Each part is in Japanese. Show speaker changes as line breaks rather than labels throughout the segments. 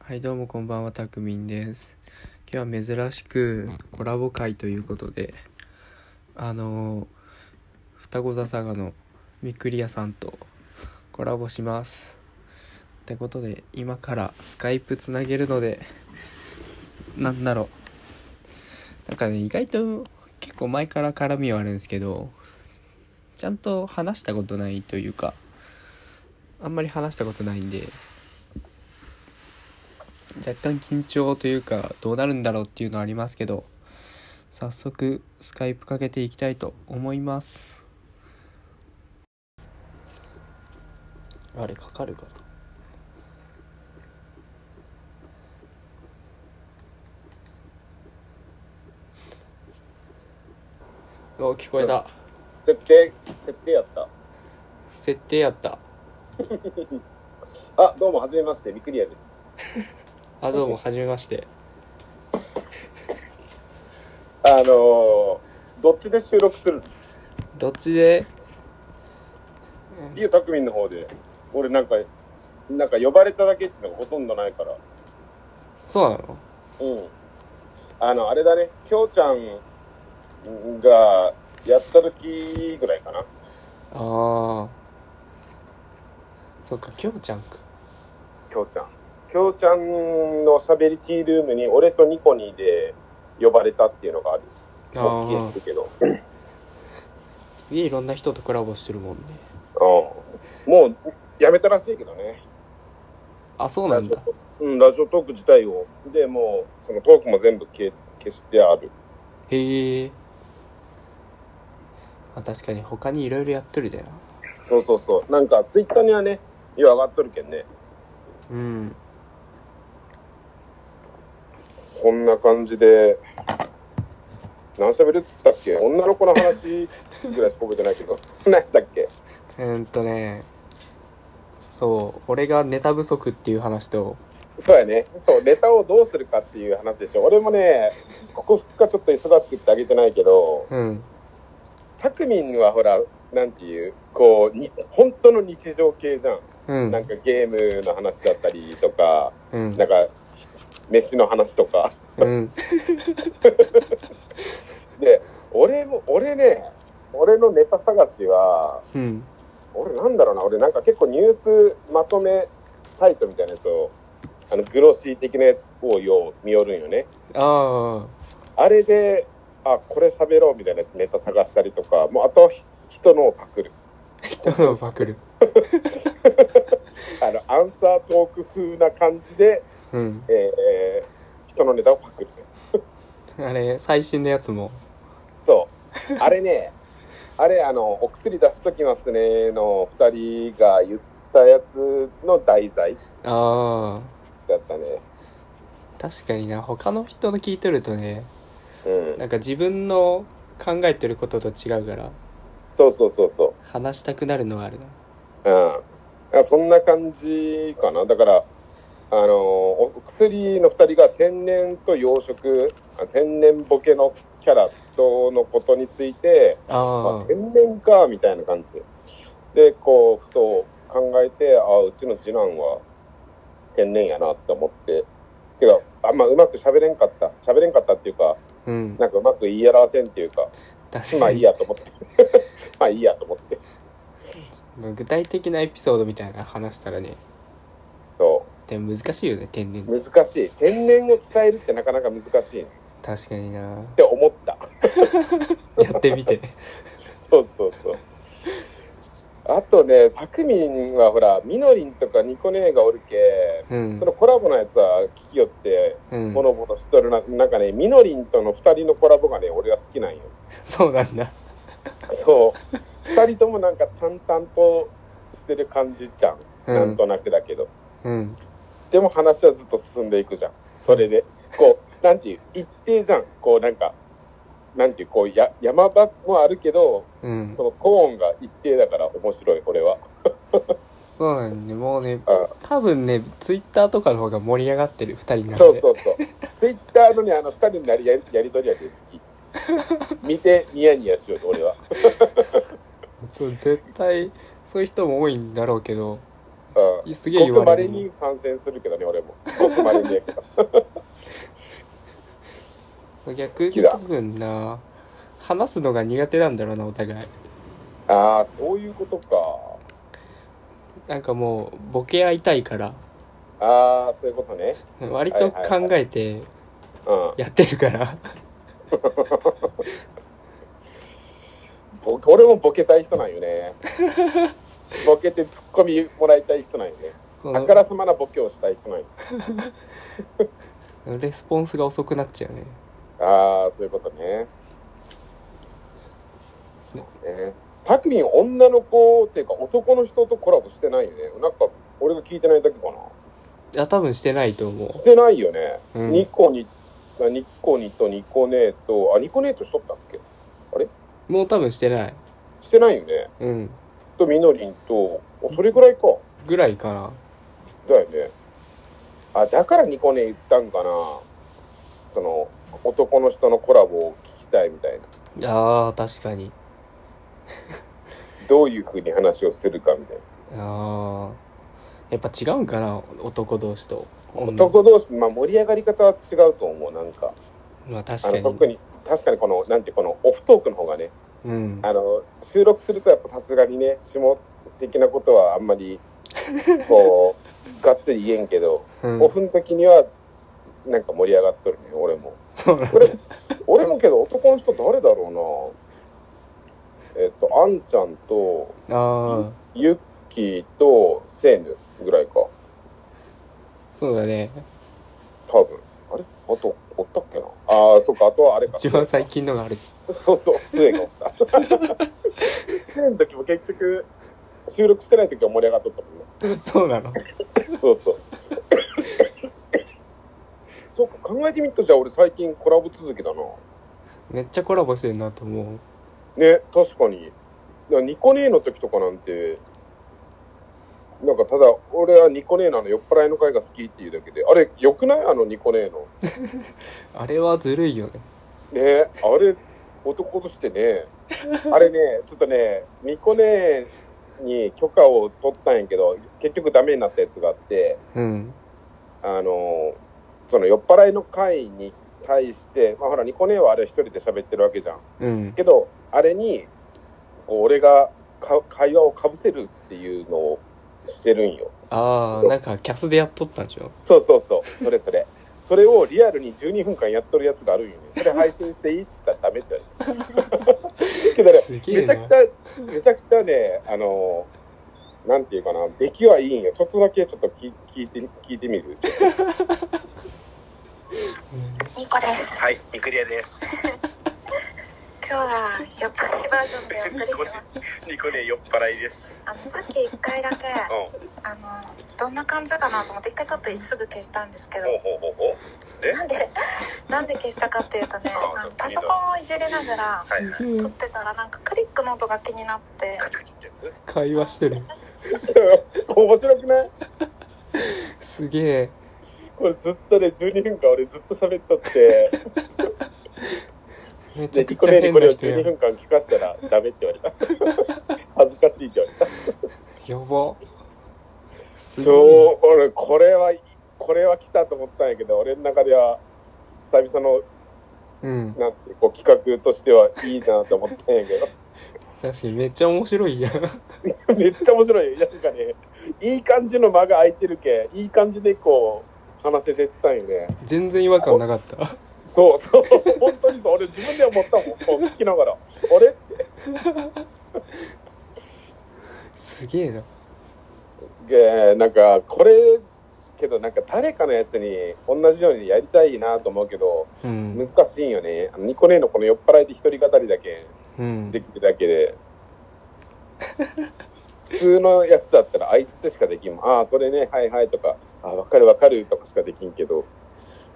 はいどうもこんばんはたくみんです今日は珍しくコラボ会ということであの双子座佐賀のみっくり屋さんとコラボしますってことで今からスカイプつなげるのでなんだろうなんかね意外と結構前から絡みはあるんですけどちゃんと話したことないというかあんまり話したことないんで若干緊張というかどうなるんだろうっていうのはありますけど早速スカイプかけていきたいと思いますあれかかるかなお聞こえた
設定設定やった
設定やった
あどうもはじめましてミクリアです
あどうもはじめまして
あのー、どっちで収録する
どっちで
リュウタクミンの方で俺なんかなんか呼ばれただけっていうのがほとんどないから
そうなの
うんあのあれだねきょうちゃんがやった時ぐらいかな
ああそっかきょうちゃんか
きょうちゃんきょうちゃんのしゃべりティールームに俺とニコニーで呼ばれたっていうのがある大きいんだけど
すげえいろんな人とコラボしてるもんね
うんもうやめたらしいけどね
あそうなんだ
うん、ラジオトーク自体を。で、もう、そのトークも全部消え消してある。
へえまあ確かに他にいろいろやってるだよ
そうそうそう。なんか、ツイッターにはね、よう上がっとるけんね。
なうん
そんな感じで、何喋るっつったっけ女の子の話ぐらいしか覚えてないけど。 何やったっけ
うーんとねそう俺がネタ不足っていう話と
そうやね。そう、ネタをどうするかっていう話でしょ。俺もね、ここ2日ちょっと忙しくってあげてないけど、
うん
たくみんはほら、なんていう、こう、に本当の日常系じゃ。
うんん
なんかゲームの話だったりとか、
うん
なんか、飯の話とか。
うん
で、俺も、俺ね、俺のネタ探しは、
うん
俺なんだろうな、俺なんか結構ニュースまとめサイトみたいなやつを、あの、グロシー的なやつをよう見よるんよね。
あ
あれで、あ、これ喋ろうみたいなやつネタ探したりとか、もうあとはひ人のをパクる。
あ 人のパクる
あの、アンサートーク風な感じで、
うん
えーえー人のネタをパクる。
あれ最新のやつも
そう。あれね、あれ、あの、お薬出しときますねの2人が言ったやつの題材
ああ
だったね。
確かにな他の人の聞いてるとね
うん。
なんか自分の考えてることと違うから
そうそうそうそ
話したくなるのはあるな
う。うん。あそんな感じかな。だから、あの、お薬の2人が天然と養殖、あ天然ボケのキャラとのことについて、ま
あ
あ、天然か、みたいな感じで。で、こう、ふと考えて、あうちの次男は天然やなって思って。けど、あんまうまく喋れんかった。喋れんかったっていうか、
あうん
なんかうまく言い表せんっていうか、
確
まあ
か
いい
に
やと思って。 まあいいやと思って。
具体的なエピソードみたいなの話したらね
そ
でも難しいよね天然
う。難しい。天然を伝えるってなかなか難しいっ
確かにな
て思った。
やってみて
そうそうそう。あとね、たくみんはほら、みのりんとかニコ姉がおるけ、
うん
そのコラボのやつは聞きよって、
うん
ボロボロしとるな、なんかね、みのりんとの2人のコラボがね、俺は好きなんよ。
そうなんだ
そう。2人ともなんか淡々としてる感じじゃん。
う
なん
ん
となくだけど。
うん
でも話はずっと進んでいくじゃん。それで。こう、なんていう、一定じゃん。こうなんか、なんていう、こうや、山場もあるけど、
うん
そのコーンが一定だから面白い、俺は。
そうなんねもうね
あ
多分ねツイッターとかの方が盛り上がってる2人なんで
そうそうそう。ツイッターのね、あの、2人のやりやりやりとりはね、好き。見てニヤニヤしようと、俺は。
そう絶対そういう人も多いんだろうけど
うん
すげえ言われる
ごく稀に参戦するけどね、俺も。ごく稀にやけど。
逆
好き
に
だ
多分な話すのが苦手なんだろうなお互い
ああ、そういうことか。
なんかもうボケ合いたいから
ああ、そういうことね。
割と
はいはいはい
考えて
うん。
やってるから、
ぼ俺もボケたい人なん よね。ボケてツッコミもらいたい人なんよね。
こ
あ
の
からさまなボケをしたい人なんよ。
レスポンスが遅くなっちゃうね
ああ、そういうことね。そうね。パクミン、女の子っていうか男の人とコラボしてないよね。なんか、俺が聞いてないだけかな。
いや多分してないと思う
してないよね。
うん
ニコニ、あニコニとニコネーと、あ、ニコネーとしとったっけ
もう多分してない
してないよね。
うん
と、みのりんと、おそれぐらいか。
ぐらいかな
だよね。あ、だからニコネ言ったんかな。その、男の人のコラボを聞きたいみたいな。
あー確かに
どういうふうに話をするかみたいな。
あーやっぱ違うんかな男同士と女
男同士、まあ、盛り上がり方は違うと思う、なんか。
まあ確か
あの
に
特に、確かにこの、なんていうこのオフトークの方がね、
うん
あの、収録するとやっぱさすがにね、下的なことはあん まり、こう、がっつり言えんけど、
うん
オフの時には、なんか盛り上がっとるね、俺も。
そうなんだ
俺、俺もけど男の人誰だろうな。えっと、あんちゃんと、
あー
ゆっきーと、せーぬぐらいか、
そうだね
多分。あれあと、おったっけなああ、そっか、あとはあれか。
一番最近のがあるじ
そうそう、末がおった。 末の時も結局、収録してない時は盛り上がっとったもんね。
ゃん そうなの
そうそう。 そうか、考えてみると、じゃあ俺最近コラボ続きだな。
めっちゃコラボしてるなと思う
ね、確かに。だからニコネーの時とかなんて、なんかただ、俺はニコネーのあの酔っ払いの会が好きっていうだけで、あれ、良くないあのニコネーの。
あれはずるいよね
ね、あれ、男としてね、あれね、ちょっとね、ニコネーに許可を取ったんやけど、結局ダメになったやつがあって、
うん
あの、その酔っ払いの会に対して、まあほら、ニコネーはあれ一人で喋ってるわけじゃん。
うん
けど、あれに、こう俺がか会話をかぶせるっていうのをしてるんよ。
ああなんかキャスでやっとったんでしょ
そうそうそう、それそれ。 それをリアルに12分間やっとるやつがあるんよね。それ配信していいっつったらダメって言われた。けどね、
すげ
め
え
ちゃくち
な
ゃ、めちゃくちゃね、あの、なんていうかな、出来はいいんよ。ちょっとだけちょっと聞聞いて、聞いてみる。
ニコです。
はい、ミクリアです。
今日は酔っ払いバージョンでお送りします。
ニコで酔っ払いです。
あのさっき一回だ け
うん、
あ
ほ
のどんな感じかなと思って一回撮ってすぐ消したんですけど、
うほうほうほえ
なんで なんで消したかっていうとね、
あ
あのパソコンをいじりながら
う。はいはい。
撮ってたらなんかクリックの音が気にな って、
カチカチってやつ。
会話してる
それ面白くない
すげえ
これずっとね、12分間俺ずっと喋っ とって、
めちゃ
で、
くち
リコ
ゃ
ネに
変
これ
な
を
人や
12
ん
分間聞かせたらダメって言われた。恥ずかしいって言われた。
やばすごい
そう、俺、これは、これは来たと思ったんやけど、俺の中では、久々の、
うん
なんていう、こう、企画としてはいいなと思ったんやけど、
確かにめっちゃ面白いやん
めっちゃ面白い。なんかね、いい感じの間が空いてるけん、いい感じでこう、話せてったんよね。
全然違和感なかった
そうそう、 本当にそう、俺自分で思ったもん、こう聞きながら。あれ
すげえな
えーなんかこれけどなんか誰かのやつに同じようにやりたいなと思うけど
うん
難しいよねあのニコネのこの酔っ払いで一人語りだけ
うん
できるだけで普通のやつだったら相槌しかできんもんああそれねはいはいとかああわかるわかるとかしかできんけど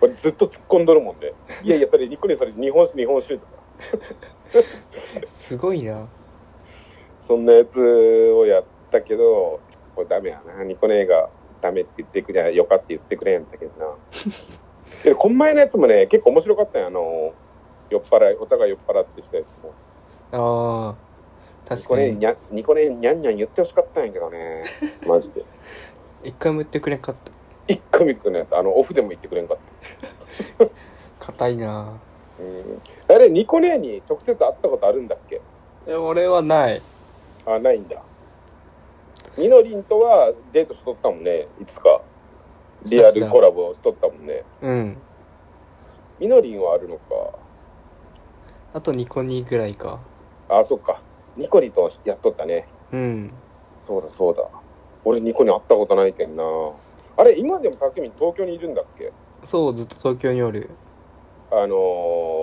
これずっと突っ込んどるもんで、いやいやそれニコネそれ日本酒日本酒とか
すごいな
そんなやつをやったけどこれダメやなニコネがダメって言ってくれよかって言ってくれんだけどなけどこん前のやつもね結構面白かったんやあの酔っ払いお互い酔っ払ってきたやつ
あ
も
あ
ニ
確
コ
か
ネ
に
にゃニコネにゃんにゃん言ってほしかったんやけどねマジで
一回も言ってくれんかった
一回見てくれなかったあのオフでも言ってくれんかっ
硬いな
た、うん、あれニコ姉に直接会ったことあるんだっけ
ぁえ俺はない
あないんだみのりんとはデートしとったもんねいつかリアルコラボしとったもんね
うん
みのりんはあるのか
あとニコニーぐらいか
あそっかニコリとやっとったね
うん
そうだそうだ俺ニコに会ったことないけんなあれ今でもたけみん東京にいるんだっけ
そうずっと東京におる
あ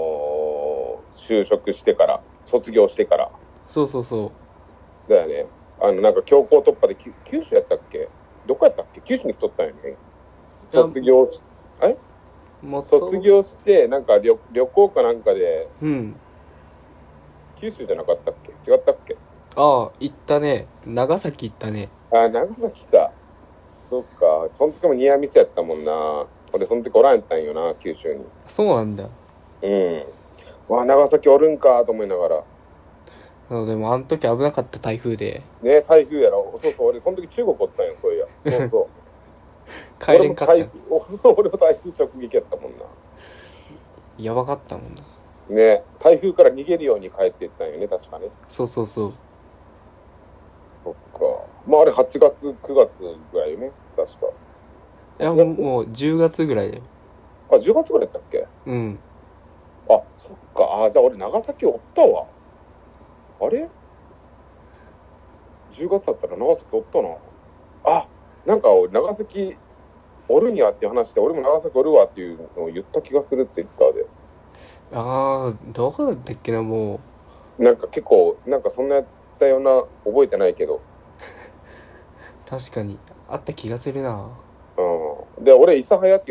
のー就職してから卒業してから
そうそうそ
だよねあのなんか強行突破でき九州やったっけどこやったっけ九州に来とったんやね
ういや
卒業し
もっと
卒業してなんか旅旅行かなんかで
うん
九州じゃなかったっけ違ったっけ
ああ行ったね長崎行ったね
あ長崎かそっかその時もニアミスやったもんな俺その時おらんやったんよな九州に
そうなんだ
うんわあ長崎おるんかと思いながら
あのでもあの時危なかった台風で
ね台風やろそうそう俺その時中国おったんよそういやそうそう
帰れんかった
俺も台風 俺も台風直撃やったもんな
やばかったもんな
ね台風から逃げるように帰っていったんよね確かね
そうそうそう
そっかまああれ8月9月ぐらいよね確か
いや
8
も
月
うもう10月ぐらいだよ
あ10月ぐらいやったっけ
うん
あそっかあじゃあ俺長崎おったわあれ ?10 月だったら長崎おったなあなんか俺長崎おるにゃって話して俺も長崎おるわっていうのを言った気がするツイッターで
ああどこだったっけなもう
なんか結構なんかそんなやったような覚えてないけど
確かにあった気がするな
うんで俺諫早っていう